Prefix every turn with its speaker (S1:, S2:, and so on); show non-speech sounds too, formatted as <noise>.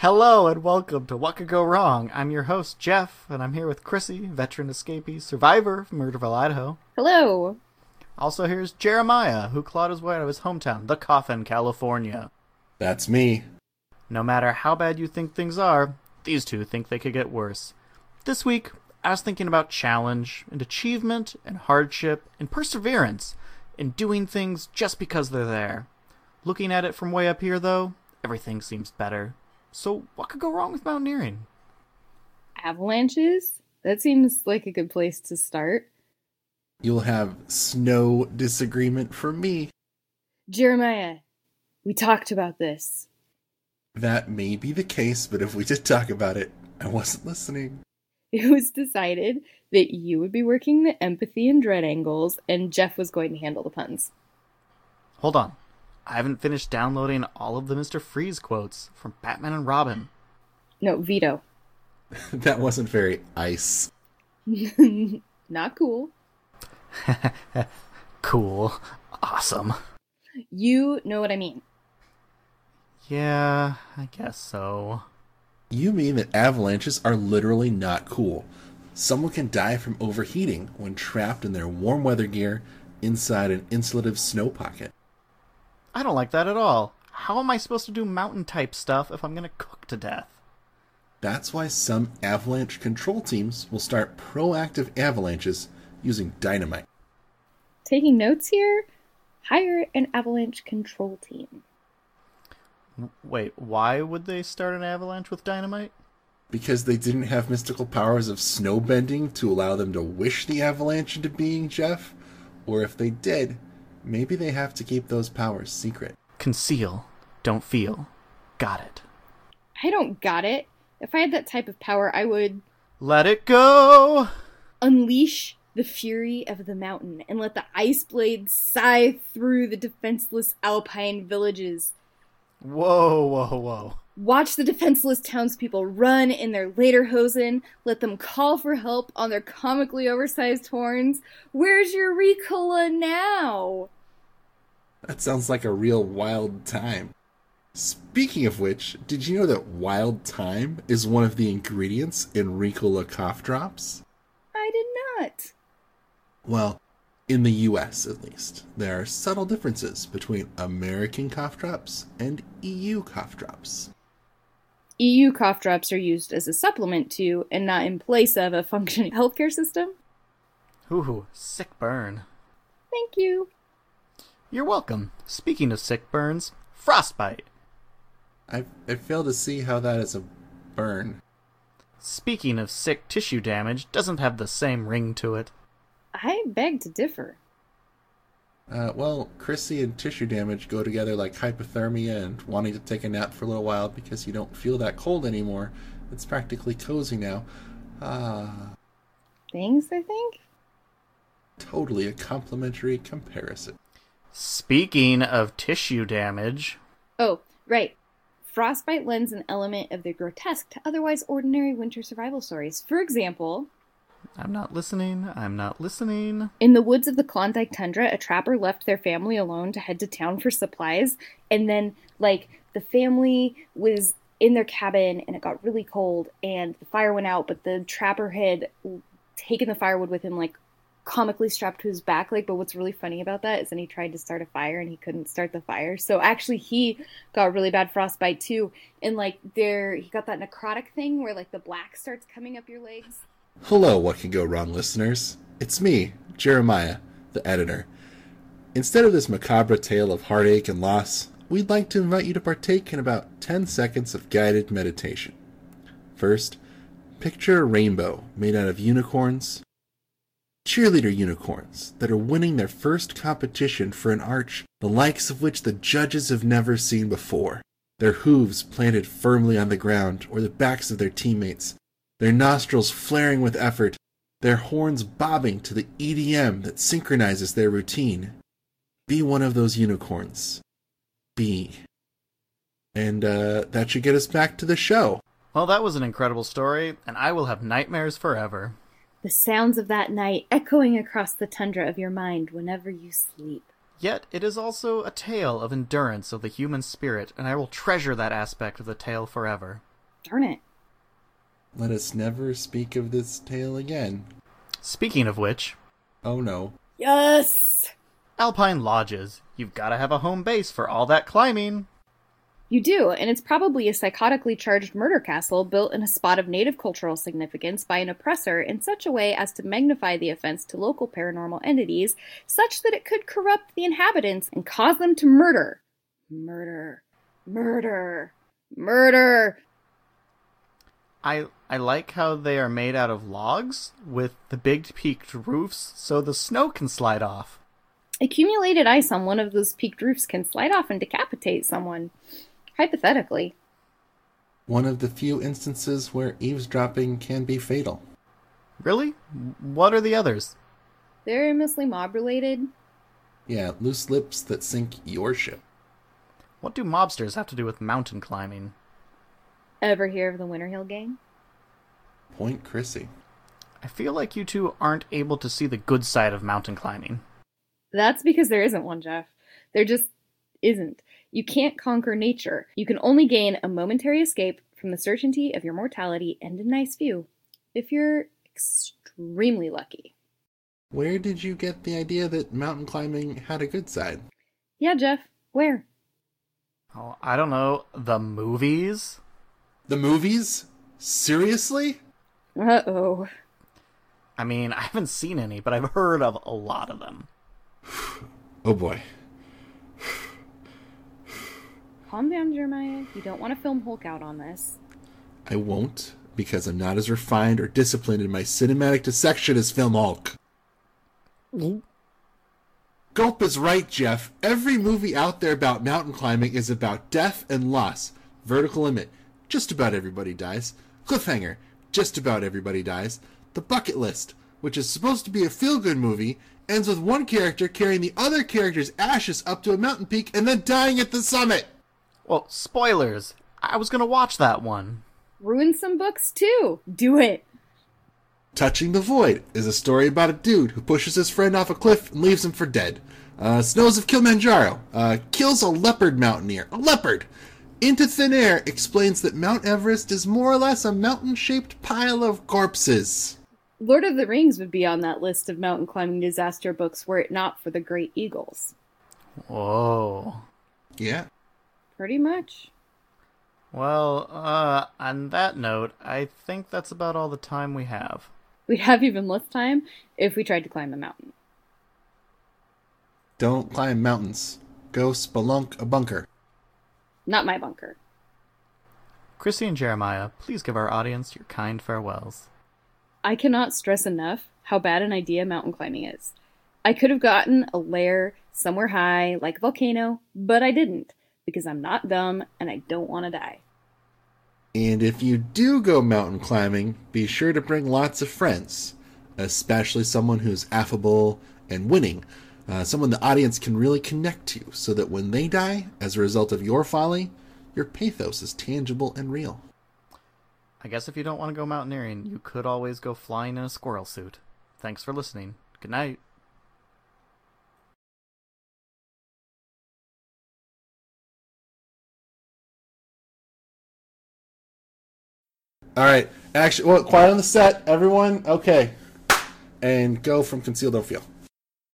S1: Hello and welcome to What Could Go Wrong. I'm your host, Jeff, and I'm here with Chrissy, veteran escapee, survivor from Murderville, Idaho.
S2: Hello.
S1: Also, here's Jeremiah, who clawed his way out of his hometown, The Coffin, California.
S3: That's me.
S1: No matter how bad you think things are, these two think they could get worse. This week, I was thinking about challenge, and achievement, and hardship, and perseverance, and doing things just because they're there. Looking at it from way up here, though, everything seems better. So, what could go wrong with mountaineering?
S2: Avalanches? That seems like a good place to start.
S3: You'll have snow disagreement from me.
S2: Jeremiah, we talked about this. <laughs>
S3: That may be the case, but if we did talk about it, I wasn't listening. <laughs>
S2: It was decided that you would be working the empathy and dread angles, and Jeff was going to handle the puns.
S1: Hold on. I haven't finished downloading all of the Mr. Freeze quotes from Batman and Robin.
S2: No, veto. <laughs>
S3: That wasn't very ice.
S2: Not cool.
S1: <laughs> Cool. Awesome.
S2: You know what I mean.
S1: Yeah, I guess so.
S3: You mean that avalanches are literally not cool. Someone can die from overheating when trapped in their warm weather gear inside an insulative snow pocket.
S1: I don't like that at all. How am I supposed to do mountain type stuff if I'm gonna cook to death?
S3: That's why some avalanche control teams will start proactive avalanches using dynamite.
S2: Taking notes here? Hire an avalanche control team.
S1: W- Wait, why would they start an avalanche with dynamite?
S3: Because they didn't have mystical powers of snow bending to allow them to wish the avalanche into being, Jeff? Or if they did, maybe they have to keep those powers secret.
S1: Conceal, don't feel. Got it.
S2: I don't got it. If I had that type of power, I would
S1: Let it go!
S2: unleash the fury of the mountain and let the ice blades scythe through the defenseless alpine villages.
S1: Whoa, whoa, whoa.
S2: Watch the defenseless townspeople run in their lederhosen, let them call for help on their comically oversized horns. Where's your Ricola now?
S3: That sounds like a real wild time. Speaking of which, did you know that wild time is one of the ingredients in Ricola cough drops?
S2: I did not.
S3: Well, in the US at least, there are subtle differences between American cough drops and EU cough drops.
S2: EU E cough drops are used as a supplement to and not in place of a functioning <laughs> healthcare system.
S1: Ooh, sick burn.
S2: Thank you.
S1: You're welcome. Speaking of sick burns, frostbite.
S3: I, I fail to see how that is a burn.
S1: Speaking of sick tissue damage, doesn't have the same ring to it.
S2: I beg to differ.
S3: Uh, well, Chrissy and tissue damage go together like hypothermia and wanting to take a nap for a little while because you don't feel that cold anymore. It's practically cozy now. Ah,
S2: Things, I think?
S3: totally a complimentary comparison.
S1: Speaking of tissue damage,
S2: Oh, right. Frostbite lends an element of the grotesque to otherwise ordinary winter survival stories. For example,
S1: I'm not listening. I'm not listening.
S2: in the woods of the Klondike Tundra, a trapper left their family alone to head to town for supplies, and then, like, the family was in their cabin and it got really cold and the fire went out, but the trapper had taken the firewood with him, like, comically strapped to his back like but what's really funny about that is then he tried to start a fire and he couldn't start the fire so actually he got really bad frostbite too and like there he got that necrotic thing where like the black starts coming up your legs
S3: Hello, what can go wrong, listeners? It's me, Jeremiah, the editor. Instead of this macabre tale of heartache and loss, we'd like to invite you to partake in about 10 seconds of guided meditation. First, picture a rainbow made out of unicorns, cheerleader unicorns that are winning their first competition for an arch, the likes of which the judges have never seen before. Their hooves planted firmly on the ground or the backs of their teammates, their nostrils flaring with effort, their horns bobbing to the EDM that synchronizes their routine. Be one of those unicorns. Be. And uh, that should get us back to the show.
S1: Well, that was an incredible story, and I will have nightmares forever.
S2: The sounds of that night echoing across the tundra of your mind whenever you sleep.
S1: Yet it is also a tale of endurance of the human spirit, and I will treasure that aspect of the tale forever.
S2: Darn it.
S3: Let us never speak of this tale again.
S1: Speaking of which,
S3: Oh no.
S2: Yes!
S1: Alpine Lodges. You've gotta have a home base for all that climbing.
S2: You do, and it's probably a psychotically charged murder castle built in a spot of native cultural significance by an oppressor in such a way as to magnify the offense to local paranormal entities, such that it could corrupt the inhabitants and cause them to murder. Murder. Murder. Murder.
S1: I I like how they are made out of logs with the big peaked roofs so the snow can slide off.
S2: Accumulated ice on one of those peaked roofs can slide off and decapitate someone. Hypothetically.
S3: One of the few instances where eavesdropping can be fatal.
S1: Really? What are the others?
S2: They're mostly mob related.
S3: Yeah, loose lips that sink your ship.
S1: What do mobsters have to do with mountain climbing?
S2: Ever hear of the Winter Hill Gang?
S3: Point Chrissy.
S1: I feel like you two aren't able to see the good side of mountain climbing.
S2: That's because there isn't one, Jeff. There just isn't. You can't conquer nature. You can only gain a momentary escape from the certainty of your mortality and a nice view if you're extremely lucky.
S3: Where did you get the idea that mountain climbing had a good side?
S2: Yeah, Jeff, where?
S1: Oh, I don't know. The movies?
S3: The movies? Seriously?
S2: Uh oh.
S1: I mean, <laughs> I haven't seen any, but I've heard of a lot of them.
S3: Oh boy.
S2: Calm down, Jeremiah. You don't want to film Hulk out on this.
S3: I won't because I'm not as refined or disciplined in my cinematic dissection as Film Hulk. Gulp is right, Jeff. Every movie out there about mountain climbing is about death and loss. Vertical Limit. Just about everybody dies. Cliffhanger. Just about everybody dies. The Bucket List, which is supposed to be a feel good movie, ends with one character carrying the other character's ashes up to a mountain peak and then dying at the summit.
S1: Well, spoilers! I was gonna watch that one.
S2: Ruin some books too. Do it.
S3: Touching the Void is a story about a dude who pushes his friend off a cliff and leaves him for dead. Uh, Snows of Kilimanjaro uh, kills a leopard mountaineer, a leopard. Into Thin Air explains that Mount Everest is more or less a mountain shaped pile of corpses.
S2: Lord of the Rings would be on that list of mountain climbing disaster books were it not for the Great Eagles.
S1: Whoa.
S3: Yeah.
S2: Pretty much.
S1: Well, uh, on that note, I think that's about all the time we have.
S2: We'd have even less time if we tried to climb a mountain.
S3: Don't climb mountains. Go spelunk a bunker.
S2: Not my bunker.
S1: Chrissy and Jeremiah, please give our audience your kind farewells.
S2: I cannot stress enough how bad an idea mountain climbing is. I could have gotten a lair somewhere high, like a volcano, but I didn't because I'm not dumb and I don't want to die.
S3: And if you do go mountain climbing, be sure to bring lots of friends, especially someone who's affable and winning, uh, someone the audience can really connect to, so that when they die as a result of your folly, your pathos is tangible and real.
S1: I guess if you don't want to go mountaineering, you could always go flying in a squirrel suit. Thanks for listening. Good night.
S3: All right, action. Well, quiet on the set, everyone. Okay, and go from conceal, don't feel.